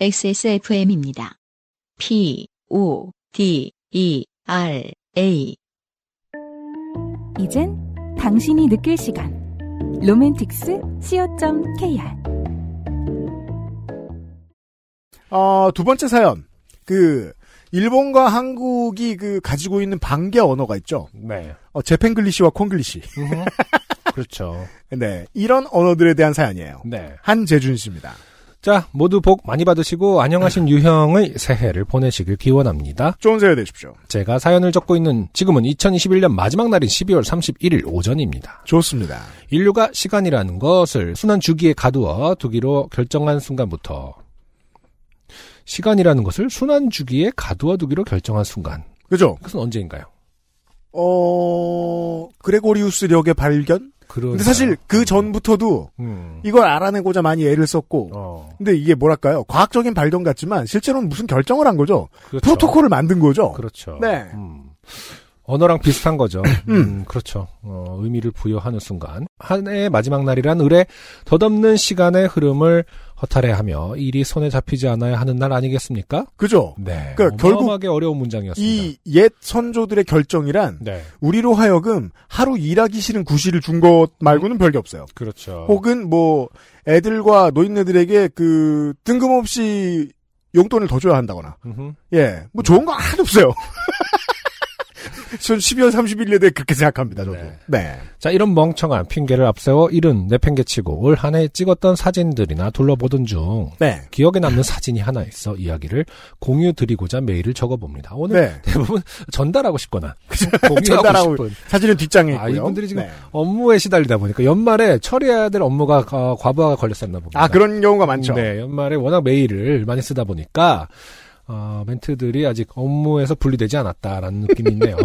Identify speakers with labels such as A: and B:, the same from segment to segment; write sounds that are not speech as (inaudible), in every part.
A: XSFM입니다. P, O, D, E, R, A.
B: 이젠 당신이 느낄 시간. 로맨틱스 co.kr
C: 어, 두 번째 사연. 그, 일본과 한국이 그, 가지고 있는 반개 언어가 있죠.
D: 네.
C: 어, 재팬글리시와 콩글리시. (laughs)
D: 음. (laughs) 그렇죠.
C: 네. 이런 언어들에 대한 사연이에요.
D: 네.
C: 한재준 씨입니다.
D: 자, 모두 복 많이 받으시고 안녕하신 유형의 새해를 보내시길 기원합니다.
C: 좋은 사연 되십시오.
D: 제가 사연을 적고 있는 지금은 2021년 마지막 날인 12월 31일 오전입니다.
C: 좋습니다.
D: 인류가 시간이라는 것을 순환 주기에 가두어 두기로 결정한 순간부터 시간이라는 것을 순환 주기에 가두어 두기로 결정한 순간.
C: 그죠?
D: 그것은 언제인가요?
C: 어, 그레고리우스력의 발견?
D: 그런
C: 근데 사실 그 전부터도
D: 음.
C: 이걸 알아내고자 많이 애를 썼고,
D: 어.
C: 근데 이게 뭐랄까요? 과학적인 발견 같지만 실제로는 무슨 결정을 한 거죠?
D: 그렇죠.
C: 프로토콜을 만든 거죠?
D: 그렇죠.
C: 네.
D: 음. 언어랑 비슷한 거죠. 음, 그렇죠. 어, 의미를 부여하는 순간. 한 해의 마지막 날이란 의뢰, 덧없는 시간의 흐름을 허탈해하며 일이 손에 잡히지 않아야 하는 날 아니겠습니까?
C: 그죠?
D: 네.
C: 그러니까 결국
D: 어마어마하게 어려운 문장이었습니다.
C: 이 옛 선조들의 결정이란
D: 네.
C: 우리로 하여금 하루 일하기 싫은 구실을 준 것 말고는 별게 없어요.
D: 그렇죠.
C: 혹은 뭐 애들과 노인네들에게 그 뜬금없이 용돈을 더 줘야 한다거나
D: 음흠.
C: 예 뭐 좋은 거 하나도 없어요. (laughs) 전 12월 31일에 대해 그렇게 생각합니다. 저도
D: 네.
C: 네
D: 자, 이런 멍청한 핑계를 앞세워 일은 내팽개치고 올 한 해 찍었던 사진들이나 둘러보던 중
C: 네.
D: 기억에 남는 사진이 하나 있어 이야기를 공유 드리고자 메일을 적어봅니다. 오늘
C: 네.
D: 대부분 전달하고 (laughs) 싶거나
C: 전달하고
D: 공유하고 싶은
C: 사진은 뒷장에 있고요.
D: 아, 이분들이 지금
C: 네.
D: 업무에 시달리다 보니까 연말에 처리해야 될 업무가 어, 과부하가 걸렸었나 봅니다.
C: 아 그런 경우가 많죠.
D: 네, 연말에 워낙 메일을 많이 쓰다 보니까 어, 멘트들이 아직 업무에서 분리되지 않았다라는 느낌이 (laughs) 있네요.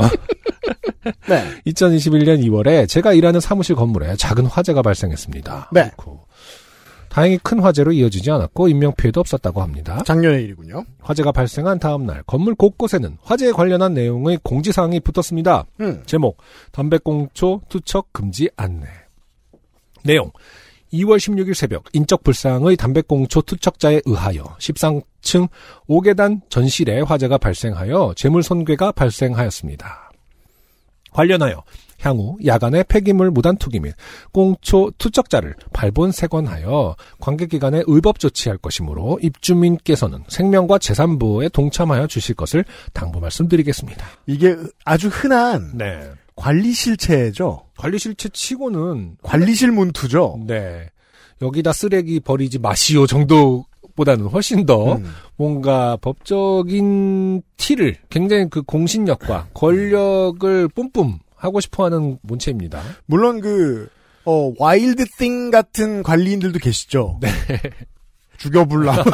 C: 네.
D: 2021년 2월에 제가 일하는 사무실 건물에 작은 화재가 발생했습니다.
C: 네.
D: 아이고. 다행히 큰 화재로 이어지지 않았고 인명 피해도 없었다고 합니다.
C: 작년의 일이군요.
D: 화재가 발생한 다음 날 건물 곳곳에는 화재에 관련한 내용의 공지사항이 붙었습니다.
C: 음.
D: 제목 담배꽁초 투척 금지 안내 내용 2월 16일 새벽 인적 불상의 담배꽁초 투척자에 의하여 13층 5계단 전실에 화재가 발생하여 재물 손괴가 발생하였습니다. 관련하여 향후 야간에 폐기물 무단 투기 및 꽁초 투척자를 발본 세관하여 관계기관에 의법 조치할 것이므로 입주민께서는 생명과 재산 보호에 동참하여 주실 것을 당부 말씀드리겠습니다.
C: 이게 아주 흔한
D: 네.
C: 관리 실체죠.
D: 관리 실체 치고는
C: 관리실 문투죠.
D: 네 여기다 쓰레기 버리지 마시오 정도보다는 훨씬 더
C: 음.
D: 뭔가 법적인 티를 굉장히 그
C: 음.
D: 공신력과 권력을 뿜뿜 하고 싶어하는 문체입니다.
C: 물론 그, 어, 와일드 띵 같은 관리인들도
D: (laughs)
C: 계시죠. 네. 죽여불라. (laughs)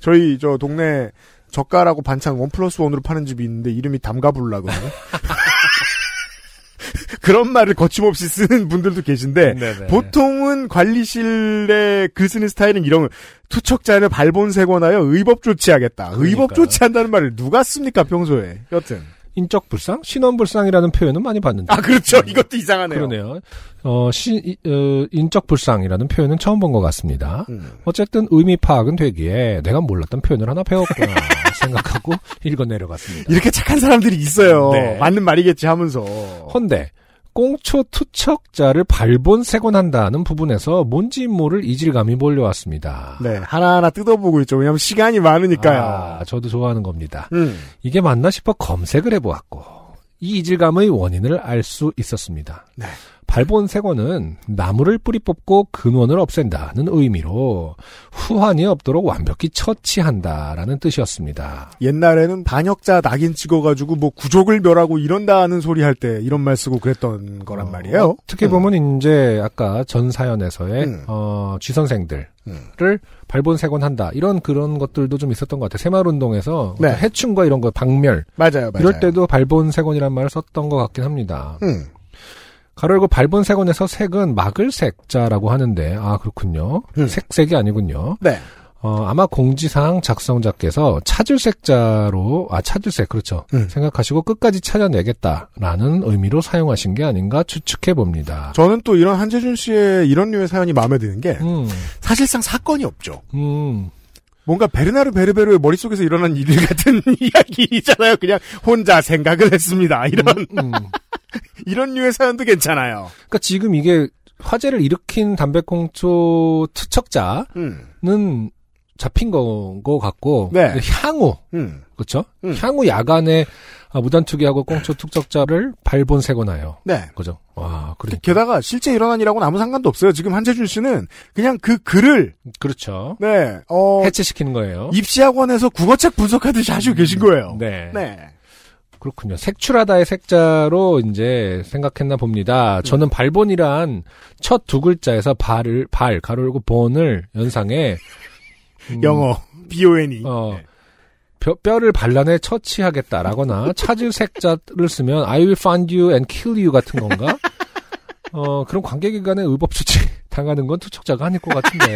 C: 저희, 저, 동네 젓가락하고 반찬 원 플러스 원으로 파는 집이 있는데 이름이 담가불라거든요. (laughs) 그런 말을 거침없이 쓰는 분들도 계신데,
D: 네.
C: 보통은 관리실에 글 쓰는 스타일은 이런 투척자를 발본세권하여 의법 조치하겠다. 의법
D: 그러니까요.
C: 조치한다는 말을 누가 씁니까 평소에? 여튼
D: 인적 불상, 신원 불상이라는 표현은 많이 봤는데
C: 아 그렇죠. 이것도 이상하네요.
D: 그러네요. 어, 신, 이- 어, 인적 불상이라는 표현은 처음 본 것 같습니다.
C: 음.
D: 어쨌든 의미 파악은 되기에 내가 몰랐던 표현을
C: (laughs)
D: 하나 배웠구나 생각하고 읽어 내려갔습니다.
C: 이렇게 착한 사람들이 있어요.
D: 네.
C: 맞는 말이겠지 하면서.
D: 헌데 꽁초 투척자를 발본 세곤한다는 부분에서 뭔지 모를 이질감이 몰려왔습니다.
C: 네 하나하나 뜯어보고 있죠. 왜냐면 시간이 많으니까요.
D: 아, 저도 좋아하는 겁니다.
C: 음.
D: 이게 맞나 싶어 검색을 해보았고 이 이질감의 원인을 알 수 있었습니다.
C: 네.
D: 발본 세곤은 나무를 뿌리 뽑고 근원을 없앤다는 의미로 후환이 없도록 완벽히 처치한다라는 뜻이었습니다.
C: 옛날에는 반역자 낙인 찍어가지고 뭐 구족을 멸하고 이런다는 소리 할 때 이런 말 쓰고 그랬던 거란
D: 어,
C: 말이에요.
D: 어떻게
C: 음.
D: 보면 이제 아까 전 사연에서의
C: 음.
D: 어, 쥐선생들을
C: 음.
D: 발본색원한다 이런 그런 것들도 좀 있었던 것 같아요. 새마을운동에서
C: 네.
D: 어떤 해충과 이런 거 박멸
C: 맞아요, 맞아요.
D: 이럴 때도 발본색원이란 말을 썼던 것 같긴 합니다.
C: 음.
D: 가로열고 발본색원에서 색은 막을 색자라고 하는데 아 그렇군요.
C: 음.
D: 색색이 아니군요.
C: 네.
D: 어, 아마 공지사항 작성자께서 찾을 색자로, 아, 찾을 색, 그렇죠.
C: 음.
D: 생각하시고 끝까지 찾아내겠다라는 의미로 사용하신 게 아닌가 추측해 봅니다.
C: 저는 또 이런 한재준 씨의 이런 류의 사연이 마음에 드는 게
D: 음,
C: 사실상 사건이 없죠.
D: 음,
C: 뭔가 베르나르 베르베르의 머릿속에서 일어난 일 같은 (laughs) 이야기잖아요. 그냥 혼자 생각을 했습니다. 이런
D: 음.
C: 이런 류의 사연도 괜찮아요.
D: 그러니까 지금 이게 화제를 일으킨 담배꽁초 투척자는
C: 음.
D: 잡힌 거, 거 같고 그
C: 네.
D: 향후
C: 음.
D: 그렇죠?
C: 음.
D: 향후 야간에 아, 무단 투기하고 꽁초 투척자를 발본 세거나요.
C: 네.
D: 그죠? 와, 그러니까. 그래.
C: 게다가 실제 일어난 일하고는 아무 상관도 없어요. 지금 한재준 씨는 그냥 그 글을
D: 그렇죠.
C: 네. 어
D: 해체시키는 거예요.
C: 입시학원에서 국어책 분석하듯이 하시고 계신 거예요.
D: 네.
C: 네.
D: 그렇군요. 색출하다의 색자로 이제 생각했나 봅니다. 저는 발본이란 첫 두 글자에서 발을 발 가로고 본을 연상해 음,
C: 영어 B.O.N.E.
D: 어, 뼈, 뼈를 반란에 처치하겠다라거나 찾을 색자를 쓰면 I will find you and kill you 같은 건가? 어, 그런 관계기관에 의법 조치 (laughs) 당하는 건 투척자가 아닐 것 같은데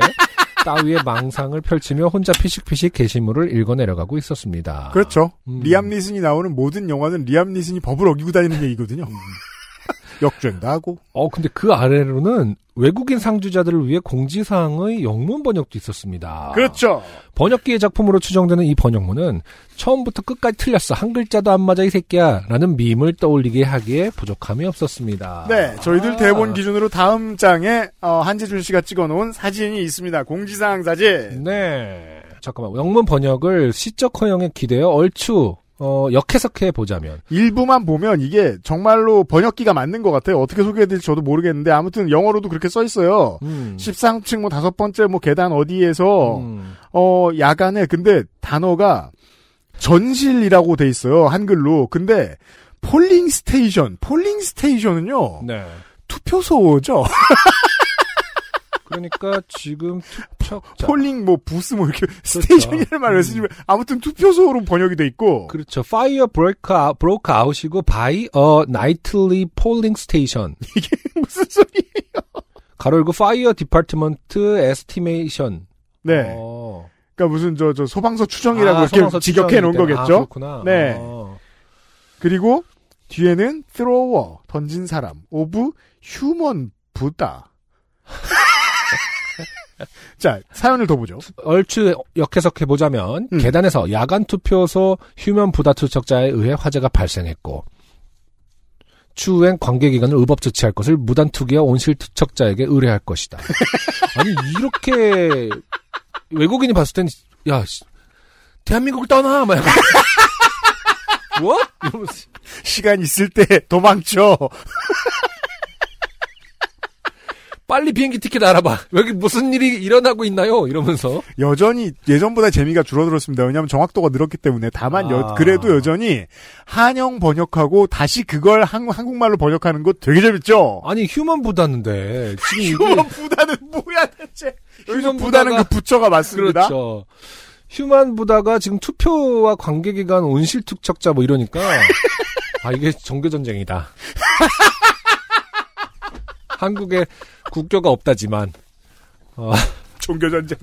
D: 따위의 망상을 펼치며 혼자 피식피식 게시물을 읽어내려가고 있었습니다.
C: 그렇죠.
D: 음.
C: 리암 니슨이 나오는 모든 영화는 리암 니슨이 법을 어기고 다니는 얘기거든요.
D: 음.
C: (laughs) 역주행도 하고.
D: 어, 근데 그 아래로는 외국인 상주자들을 위해 공지사항의 영문 번역도 있었습니다.
C: 그렇죠.
D: 번역기의 작품으로 추정되는 이 번역문은 처음부터 끝까지 틀렸어. 한 글자도 안 맞아, 이 새끼야. 라는 밈을 떠올리게 하기에 부족함이 없었습니다.
C: 네, 저희들
D: 아.
C: 대본 기준으로 다음 장에 어, 한재준 씨가 찍어놓은 사진이 있습니다. 공지사항 사진.
D: 네. 잠깐만. 영문 번역을 시적 허용에 기대어 얼추, 어, 역해석해 보자면.
C: 일부만 보면 이게 정말로 번역기가 맞는 것 같아요. 어떻게 소개해야 될지 저도 모르겠는데 아무튼 영어로도 그렇게 써 있어요.
D: 음.
C: 13층 뭐 다섯 번째 뭐 계단 어디에서
D: 음.
C: 어 야간에 근데 단어가 전실이라고 돼 있어요 한글로. 근데 폴링 스테이션, 폴링 스테이션은요
D: 네.
C: 투표소죠.
D: 그러니까 지금
C: (laughs)
D: 투척자. 그렇죠. 음.
C: 폴링 뭐 부스 뭐 이렇게 스테이션이라는 말을 쓰지만 아무튼 투표소로 번역이 돼 있고
D: 그렇죠. Fire broke out, broke out이고 by a nightly polling station.
C: (laughs) 무슨 소리?
D: 가로 열고 Fire department estimation.
C: 네,
D: 어.
C: 그러니까 무슨 저 저 소방서 추정이라고
D: 아,
C: 이렇게
D: 소방서
C: 직역해 놓은
D: 추정일 때. 아,
C: 거겠죠.
D: 그렇구나.
C: 네.
D: 어.
C: 그리고 뒤에는 thrower 던진 사람 오브 휴먼 부다. (laughs) 자 사연을 더 보죠.
D: 얼추 역해석해 보자면
C: 음.
D: 계단에서 야간 투표소 휴면 부다 투척자에 의해 화재가 발생했고 추후엔 관계기관을 의법 조치할 것을 무단 투기와 온실 투척자에게 의뢰할
C: (laughs)
D: 것이다. 아니 이렇게 외국인이 봤을 땐야 대한민국을 떠나 막 약간 (laughs) 뭐? 이러면서
C: 시간 있을 때 (laughs) 도망쳐.
D: 빨리 비행기 티켓 알아봐. 여기 무슨 일이 일어나고 있나요? 이러면서
C: 여전히 예전보다 재미가 줄어들었습니다. 왜냐하면 정확도가 늘었기 때문에 다만 여-
D: 아.
C: 그래도 여전히 한영 번역하고 다시 그걸 한, 국말로 번역하는 거 되게 재밌죠.
D: 아니 휴먼 부다인데 지금 이게
C: 휴먼 부다는 뭐야 대체? 여기서
D: 휴먼
C: 부다는
D: 음. 부다가-
C: 그 부처가 맞습니다.
D: 그렇죠. 휴만 부다가 지금 투표와 관계기관 온실 투척자
C: (laughs)
D: 뭐 이러니까 아 이게 정교 전쟁이다. (laughs) 한국에 국교가 없다지만 어,
C: 종교 전쟁.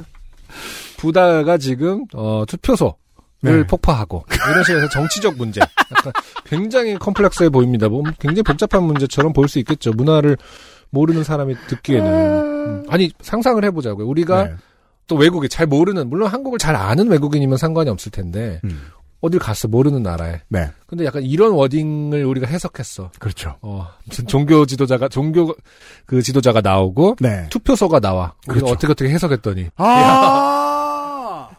D: 부다가 지금 어, 투표소를
C: 네.
D: 폭파하고 이런 식에서 정치적 문제 약간 굉장히 컴플렉스해 보입니다. 뭐 굉장히 복잡한 문제처럼 보일 수 있겠죠. 문화를 모르는 사람이 듣기에는 음. 그러니까 아니 상상을 해보자고요. 우리가
C: 네.
D: 또 외국이 잘 모르는 물론 한국을 잘 아는 외국인이면 상관이 없을 텐데
C: 음.
D: 어딜 갔어 모르는 나라에
C: 네.
D: 근데 약간 이런 워딩을 우리가 해석했어
C: 그렇죠.
D: 어 무슨 종교 지도자가 종교 그 지도자가 나오고
C: 네.
D: 투표소가 나와 우리가
C: 그렇죠.
D: 어떻게 어떻게 해석했더니
C: 아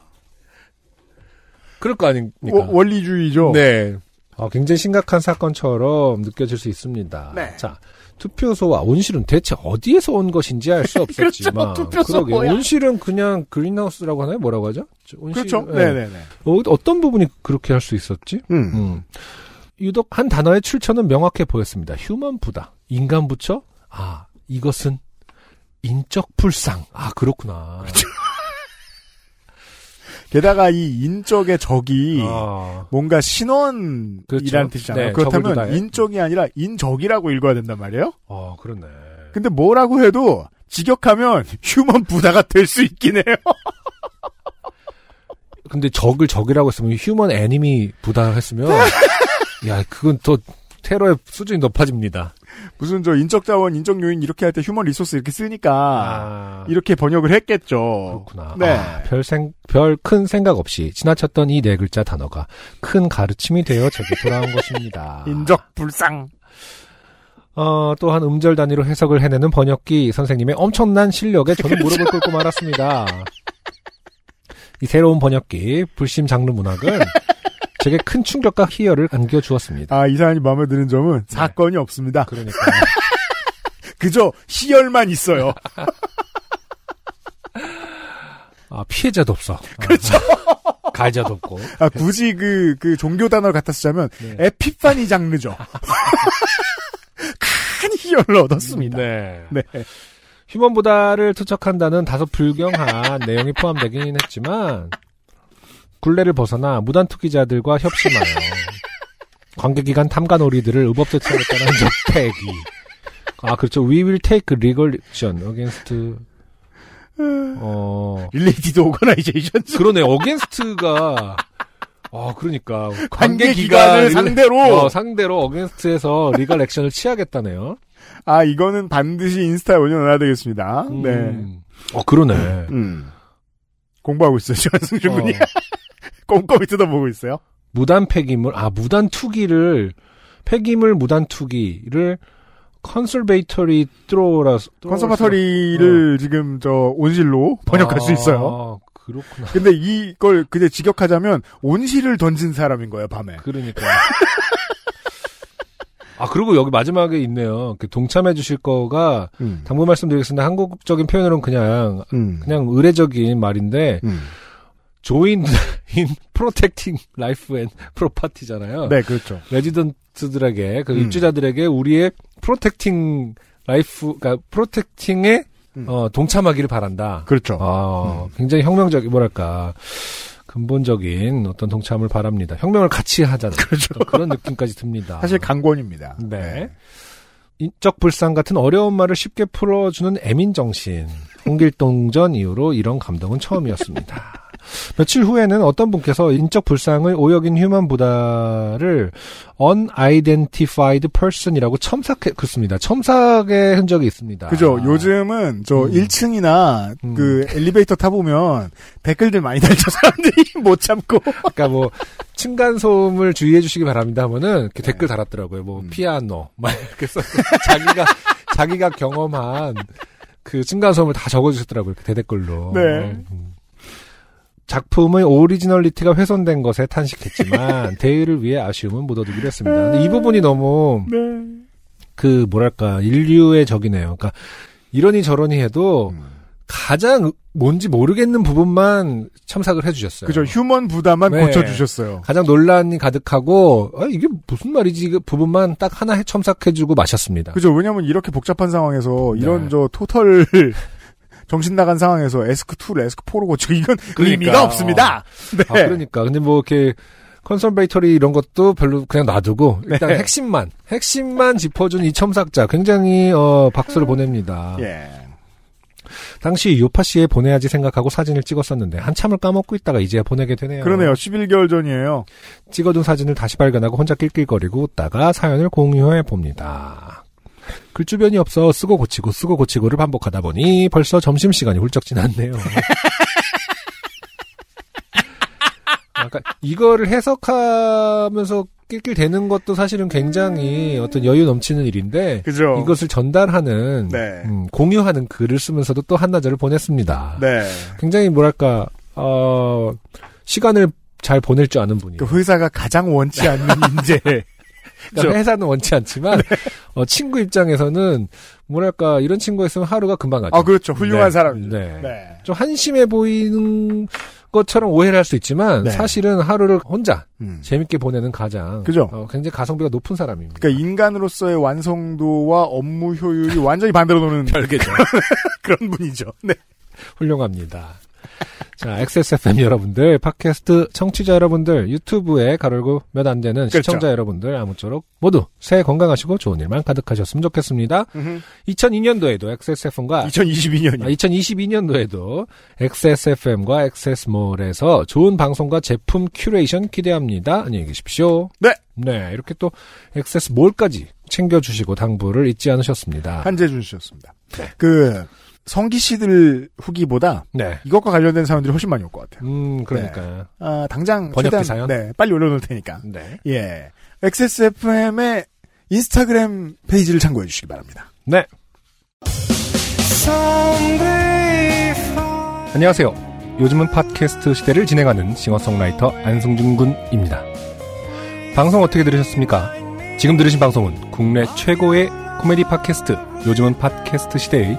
D: 그럴 거 아닙니까
C: 워- 원리주의죠.
D: 그러니까. 네 어, 굉장히 심각한 사건처럼 느껴질 수 있습니다
C: 네.
D: 자 투표소와 온실은 대체 어디에서 온 것인지
C: (laughs)
D: 알수 없었지만
C: 그렇죠. 투표소
D: 그러게,
C: 뭐야?
D: 온실은 그냥 그린하우스라고 하나요 뭐라고 하죠 저 온실,
C: 그렇죠.
D: 예.
C: 네, 네, 네.
D: 어, 어떤 부분이 그렇게 할 수 있었지
C: 음.
D: 음. 유독 한 단어의 출처는 명확해 보였습니다. 휴먼 부다. 인간 부처? 아, 이것은 인적 불상. 아, 그렇구나.
C: 게다가 이 인적의 적이
D: 아,
C: 뭔가 신원이라는
D: 그렇죠.
C: 뜻이잖아요.
D: 네, 적을
C: 그렇다면
D: 두다에.
C: 인적이 아니라 인적이라고 읽어야 된단 말이에요.
D: 어, 그렇네.
C: 근데 뭐라고 해도 직역하면 휴먼 부다가 될 수 있긴 해요.
D: 근데 적을 적이라고 했으면 휴먼 애니미 부당했으면 야 그건 더 테러의 수준이 높아집니다.
C: (laughs) 무슨 저 인적 자원, 인적 요인 이렇게 할 때 휴먼 리소스 이렇게 쓰니까
D: 아,
C: 이렇게 번역을 했겠죠.
D: 그렇구나.
C: 네.
D: 아, 별생별큰 생각 없이 지나쳤던 이 네 글자 단어가 큰 가르침이 되어 제게 돌아온
C: (laughs)
D: 것입니다.
C: 인적 불상.
D: 어, 또한 음절 단위로 해석을 해내는 번역기 선생님의 엄청난 실력에 저는 무릎을 꿇고 말았습니다. 이 새로운 번역기 불심 장르 문학은 제게 큰 충격과 희열을 안겨주었습니다.
C: 아, 이 사안이 마음에 드는 점은
D: 네.
C: 사건이 없습니다.
D: 그러니까
C: 그저 희열만 있어요.
D: 아, 피해자도 없어. 그렇죠. 가해자도 없고.
C: 아, 굳이 그, 그 종교 단어를 갖다 쓰자면
D: 네.
C: 에피파니 장르죠. 큰 희열을 얻었습니다.
D: 네.
C: 네.
D: 휴먼보다를 투척한다는 다소 불경한 (laughs) 내용이 포함되긴 했지만 굴레를 벗어나 무단 투기자들과 협심하여 관계기관 탐관오리들을 의법 제청했다는 (laughs) 적폐기. 아 그렇죠. We will take legal action against 어
C: 릴레이티드 오거나이제이션
D: 그러네 어게인스트가 아 그러니까
C: 관계기관을 상대로
D: 어, 상대로 어게인스트에서 리갈 액션을 취하겠다네요.
C: 아 이거는 반드시 인스타에 올려놔야 되겠습니다. 네.
D: 음. 어 그러네.
C: 음. 공부하고 있어요. 지원승준 군이 (laughs)
D: 어.
C: 꼼꼼히 뜯어보고 있어요.
D: 무단 폐기물, 아, 무단 투기를, 폐기물 무단 투기를 컨설베이터리 트로라
C: 컨서바터리를 지금 저 온실로 (laughs) 번역할
D: 아.
C: 수 있어요.
D: 그렇구나.
C: 근데 이걸 그냥 직역하자면 온실을 던진 사람인 거예요 밤에.
D: 그러니까. (laughs) 아, 그리고 여기 마지막에 있네요. 그 동참해 주실 거가,
C: 음.
D: 당부 말씀드리겠습니다. 한국적인 표현으로는 그냥,
C: 음.
D: 그냥 의례적인 말인데,
C: 음.
D: join (laughs) in protecting life and property잖아요.
C: 네 그렇죠.
D: 레지던트들에게 그
C: 음.
D: 입주자들에게 우리의 프로텍팅 라이프 그러니까 프로텍팅에
C: 음.
D: 어, 동참하기를 바란다.
C: 그렇죠.
D: 아, 굉장히 혁명적이 뭐랄까 근본적인 어떤 동참을 바랍니다. 혁명을 같이 하자는 또 그런 느낌까지 듭니다.
C: 그렇죠. 사실 강권입니다.
D: 네. 인적 불상 같은 어려운 말을 쉽게 풀어주는 애민 정신. 홍길동전 이후로 이런 감동은 처음이었습니다.
C: (laughs)
D: 며칠 후에는 어떤 분께서 인적 불상의 오역인 휴먼보다를 unidentified person이라고 첨삭했습니다. 첨삭의 흔적이 있습니다.
C: 그죠. 요즘은 저
D: 아. 음.
C: 1층이나
D: 음.
C: 그 엘리베이터 타보면 댓글들 많이 달죠. (laughs) 사람들이 못 참고.
D: 그러니까 뭐 층간 소음을 주의해 주시기 바랍니다. 하면은 이렇게 댓글 달았더라고요. 뭐
C: 음.
D: 피아노 막 이렇게 써 (laughs) 자기가 자기가 경험한 그 층간 소음을 다 적어주셨더라고요. 이렇게 대댓글로.
C: 네.
D: 음. 작품의 오리지널리티가 훼손된 것에 탄식했지만 대의를 위해 아쉬움은 묻어두기로 했습니다. 근데 이 부분이 너무
C: 네.
D: 그 뭐랄까 인류의 적이네요. 그러니까 이러니 저러니 해도
C: 음.
D: 가장 뭔지 모르겠는 부분만 첨삭을 해주셨어요.
C: 그죠. 휴먼 부담만
D: 네.
C: 고쳐주셨어요.
D: 가장 논란이 가득하고 아, 이게 무슨 말이지 그 부분만 딱 하나 해- 첨삭해주고 마셨습니다.
C: 그죠. 왜냐면 이렇게 복잡한 상황에서 이런
D: 네.
C: 저 토털 (laughs) 정신 나간 상황에서 에스크 2를 에스크 4로 고치고 이건
D: 그러니까.
C: 의미가 없습니다. 네.
D: 아, 그러니까 근데 뭐 이렇게 컨설베이터리 이런 것도 별로 그냥 놔두고 일단
C: 네.
D: 핵심만 핵심만 짚어준 이 첨삭자 굉장히 어, 박수를 보냅니다.
C: 예.
D: 당시 요파 씨에 보내야지 생각하고 사진을 찍었었는데 한참을 까먹고 있다가 이제야 보내게 되네요.
C: 그러네요. 11개월 전이에요.
D: 찍어둔 사진을 다시 발견하고 혼자 낄낄거리고 웃다가 사연을 공유해 봅니다. 글 주변이 없어 쓰고 고치고 쓰고 고치고를 반복하다 보니 벌써 점심시간이 훌쩍 지났네요. (laughs) 아까 이거를 해석하면서 낄낄대는 것도 사실은 굉장히 어떤 여유 넘치는 일인데
C: 그죠.
D: 이것을 전달하는
C: 그렇죠. 네.
D: 음, 공유하는 글을 쓰면서도 또 한나절을 보냈습니다.
C: 네.
D: 굉장히 뭐랄까 어, 시간을 잘 보낼 줄 아는 분이에요.
C: 그 회사가 가장 원치 않는 (laughs)
D: (laughs)
C: 인재. 그렇죠.
D: 그러니까 회사는 원치
C: (laughs)
D: 않지만
C: 네.
D: 어, 친구 입장에서는 뭐랄까 이런 친구가 있으면 하루가 금방 가죠.
C: 아, 그렇죠. 훌륭한
D: 네.
C: 사람이죠.
D: 네.
C: 네.
D: 좀 한심해 보이는 것처럼 오해를 할 수 있지만
C: 네.
D: 사실은 하루를 혼자
C: 음.
D: 재밌게 보내는 가장
C: 그죠.
D: 어, 굉장히 가성비가 높은 사람입니다.
C: 그러니까 인간으로서의 완성도와 업무
D: (laughs)
C: 효율이 완전히 반대로 노는 (laughs)
D: 별개죠.
C: 그런 분이죠. 네.
D: 훌륭합니다. 자, XSFM 여러분들, 팟캐스트 청취자 여러분들, 유튜브에 가르고 몇 안 되는
C: 그렇죠.
D: 시청자 여러분들 아무쪼록 모두 새해 건강하시고 좋은 일만 가득하셨으면 좋겠습니다. 2002년도에도 XSFM과 아,
C: 2022년이.
D: 2022년도에도 XSFM과 XS몰에서 좋은 방송과 제품 큐레이션 기대합니다. 안녕히 계십시오.
C: 네.
D: 네, 이렇게 또 XS몰까지 챙겨주시고 당부를 잊지 않으셨습니다.
C: 한재준 씨였습니다. 그 성기 씨들 후기보다
D: 네.
C: 이것과 관련된 사연들이 훨씬 많이 올 것 같아요.
D: 음, 그러니까.
C: 아, 당장
D: 번역기
C: 최대한-
D: 사연?
C: 네, 빨리 올려놓을 테니까.
D: 네.
C: 예. XSFM의 인스타그램 페이지를 참고해 주시기 바랍니다.
D: 네. 안녕하세요. 요즘은 팟캐스트 시대를 진행하는 싱어송라이터 안승준 군입니다. 방송 어떻게 들으셨습니까? 지금 들으신 방송은 국내 최고의 코미디 팟캐스트 요즘은 팟캐스트 시대의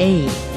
A: A.